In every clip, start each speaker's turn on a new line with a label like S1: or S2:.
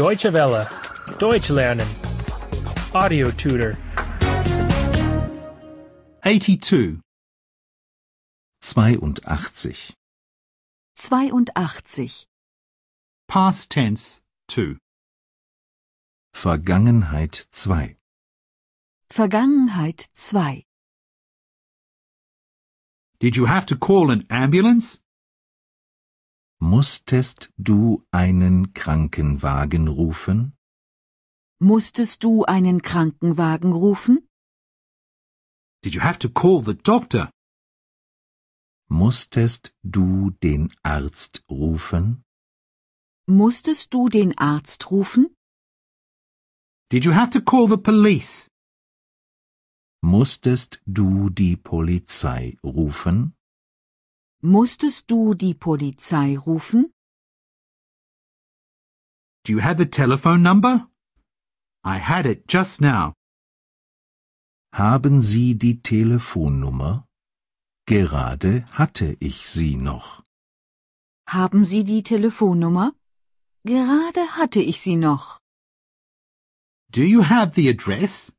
S1: Deutsche Welle. Deutsch lernen. Audio tutor.
S2: 82.
S3: 82.
S4: 82.
S2: Past tense 2.
S3: Vergangenheit 2.
S4: Vergangenheit 2.
S2: Did you have to call an ambulance?
S3: Musstest du einen Krankenwagen rufen?
S4: Musstest du einen Krankenwagen rufen?
S2: Did you have to call the doctor?
S3: Musstest du den Arzt rufen?
S4: Musstest du den Arzt rufen?
S2: Did you have to call the police?
S3: Musstest du die Polizei rufen?
S4: Musstest du die Polizei rufen?
S2: Do you have the telephone number? I had it just now.
S3: Haben Sie die Telefonnummer? Gerade hatte ich sie noch.
S4: Haben Sie die Telefonnummer? Gerade hatte ich sie noch.
S2: Do you have the address?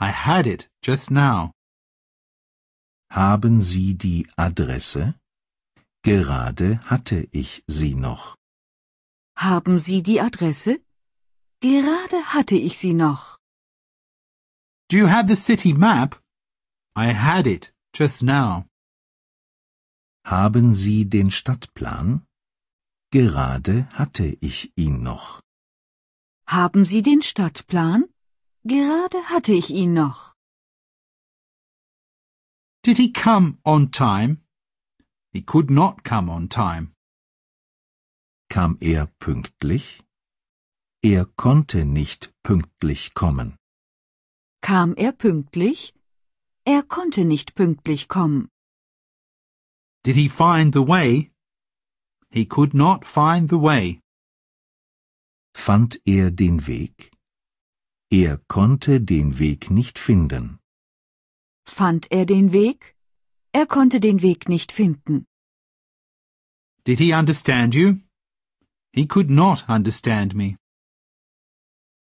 S2: I had it just now.
S3: Haben Sie die Adresse? Gerade hatte ich sie noch.
S4: Haben Sie die Adresse? Gerade hatte ich sie noch.
S2: Do you have the city map? I had it just now.
S3: Haben Sie den Stadtplan? Gerade hatte ich ihn noch.
S4: Haben Sie den Stadtplan? Gerade hatte ich ihn noch.
S2: Did he come on time? He could not come on time.
S3: Kam er pünktlich? Er konnte nicht pünktlich kommen.
S4: Kam er pünktlich? Er konnte nicht pünktlich kommen.
S2: Did he find the way? He could not find the way.
S3: Fand er den Weg? Er konnte den Weg nicht finden.
S4: Fand er den Weg? Er konnte den Weg nicht finden.
S2: Did he understand you? He could not understand me.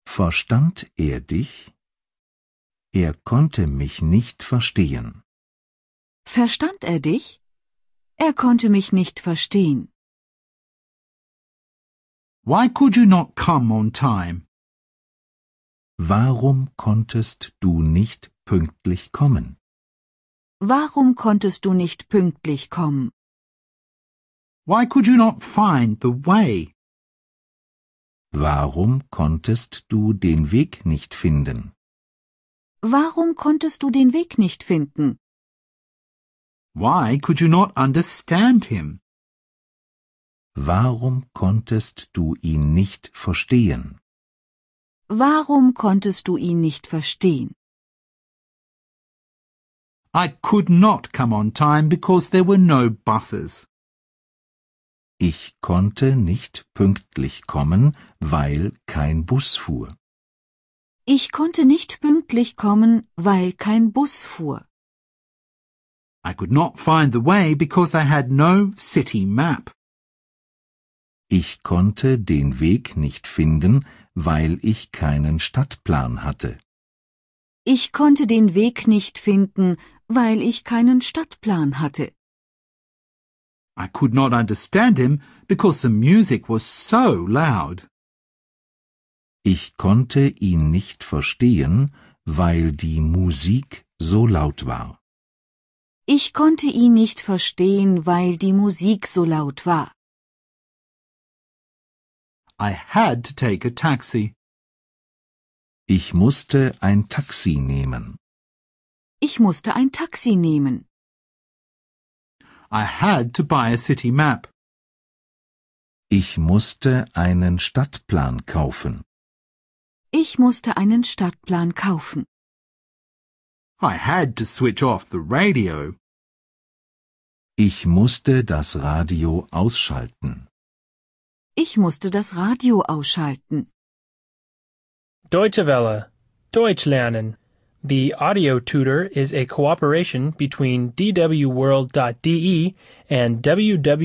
S3: Verstand er dich? Er konnte mich nicht verstehen.
S4: Verstand er dich? Er konnte mich nicht verstehen.
S2: Why could you not come on time?
S3: Warum konntest du nicht pünktlich kommen?
S4: Warum konntest du nicht pünktlich kommen?
S2: Why could you not find the way?
S3: Warum konntest du den Weg nicht finden?
S4: Warum konntest du den Weg nicht finden?
S2: Why could you not understand him?
S3: Warum konntest du ihn nicht verstehen?
S4: Warum konntest du ihn nicht verstehen?
S2: I could not come on time because there were no buses.
S3: Ich konnte nicht pünktlich kommen, weil kein Bus fuhr.
S4: Ich konnte nicht pünktlich kommen, weil kein Bus fuhr.
S2: I could not find the way because I had no city map.
S3: Ich konnte den Weg nicht finden, weil ich keinen Stadtplan hatte.
S4: Ich konnte den Weg nicht finden, weil ich keinen Stadtplan hatte.
S2: I could not understand him because the music was so loud.
S3: Ich konnte ihn nicht verstehen, weil die Musik so laut war.
S4: Ich konnte ihn nicht verstehen, weil die Musik so laut war.
S2: I had to take a taxi.
S3: Ich musste ein Taxi nehmen.
S4: Ich musste ein Taxi nehmen.
S2: I had to buy a city map.
S3: Ich musste einen Stadtplan kaufen.
S4: Ich musste einen Stadtplan kaufen.
S2: I had to switch off the radio.
S3: Ich musste das Radio ausschalten.
S4: Ich musste das Radio ausschalten.
S1: Deutsche Welle. Deutsch lernen. The audio tutor is a cooperation between E dwworld.de and www.book2.de.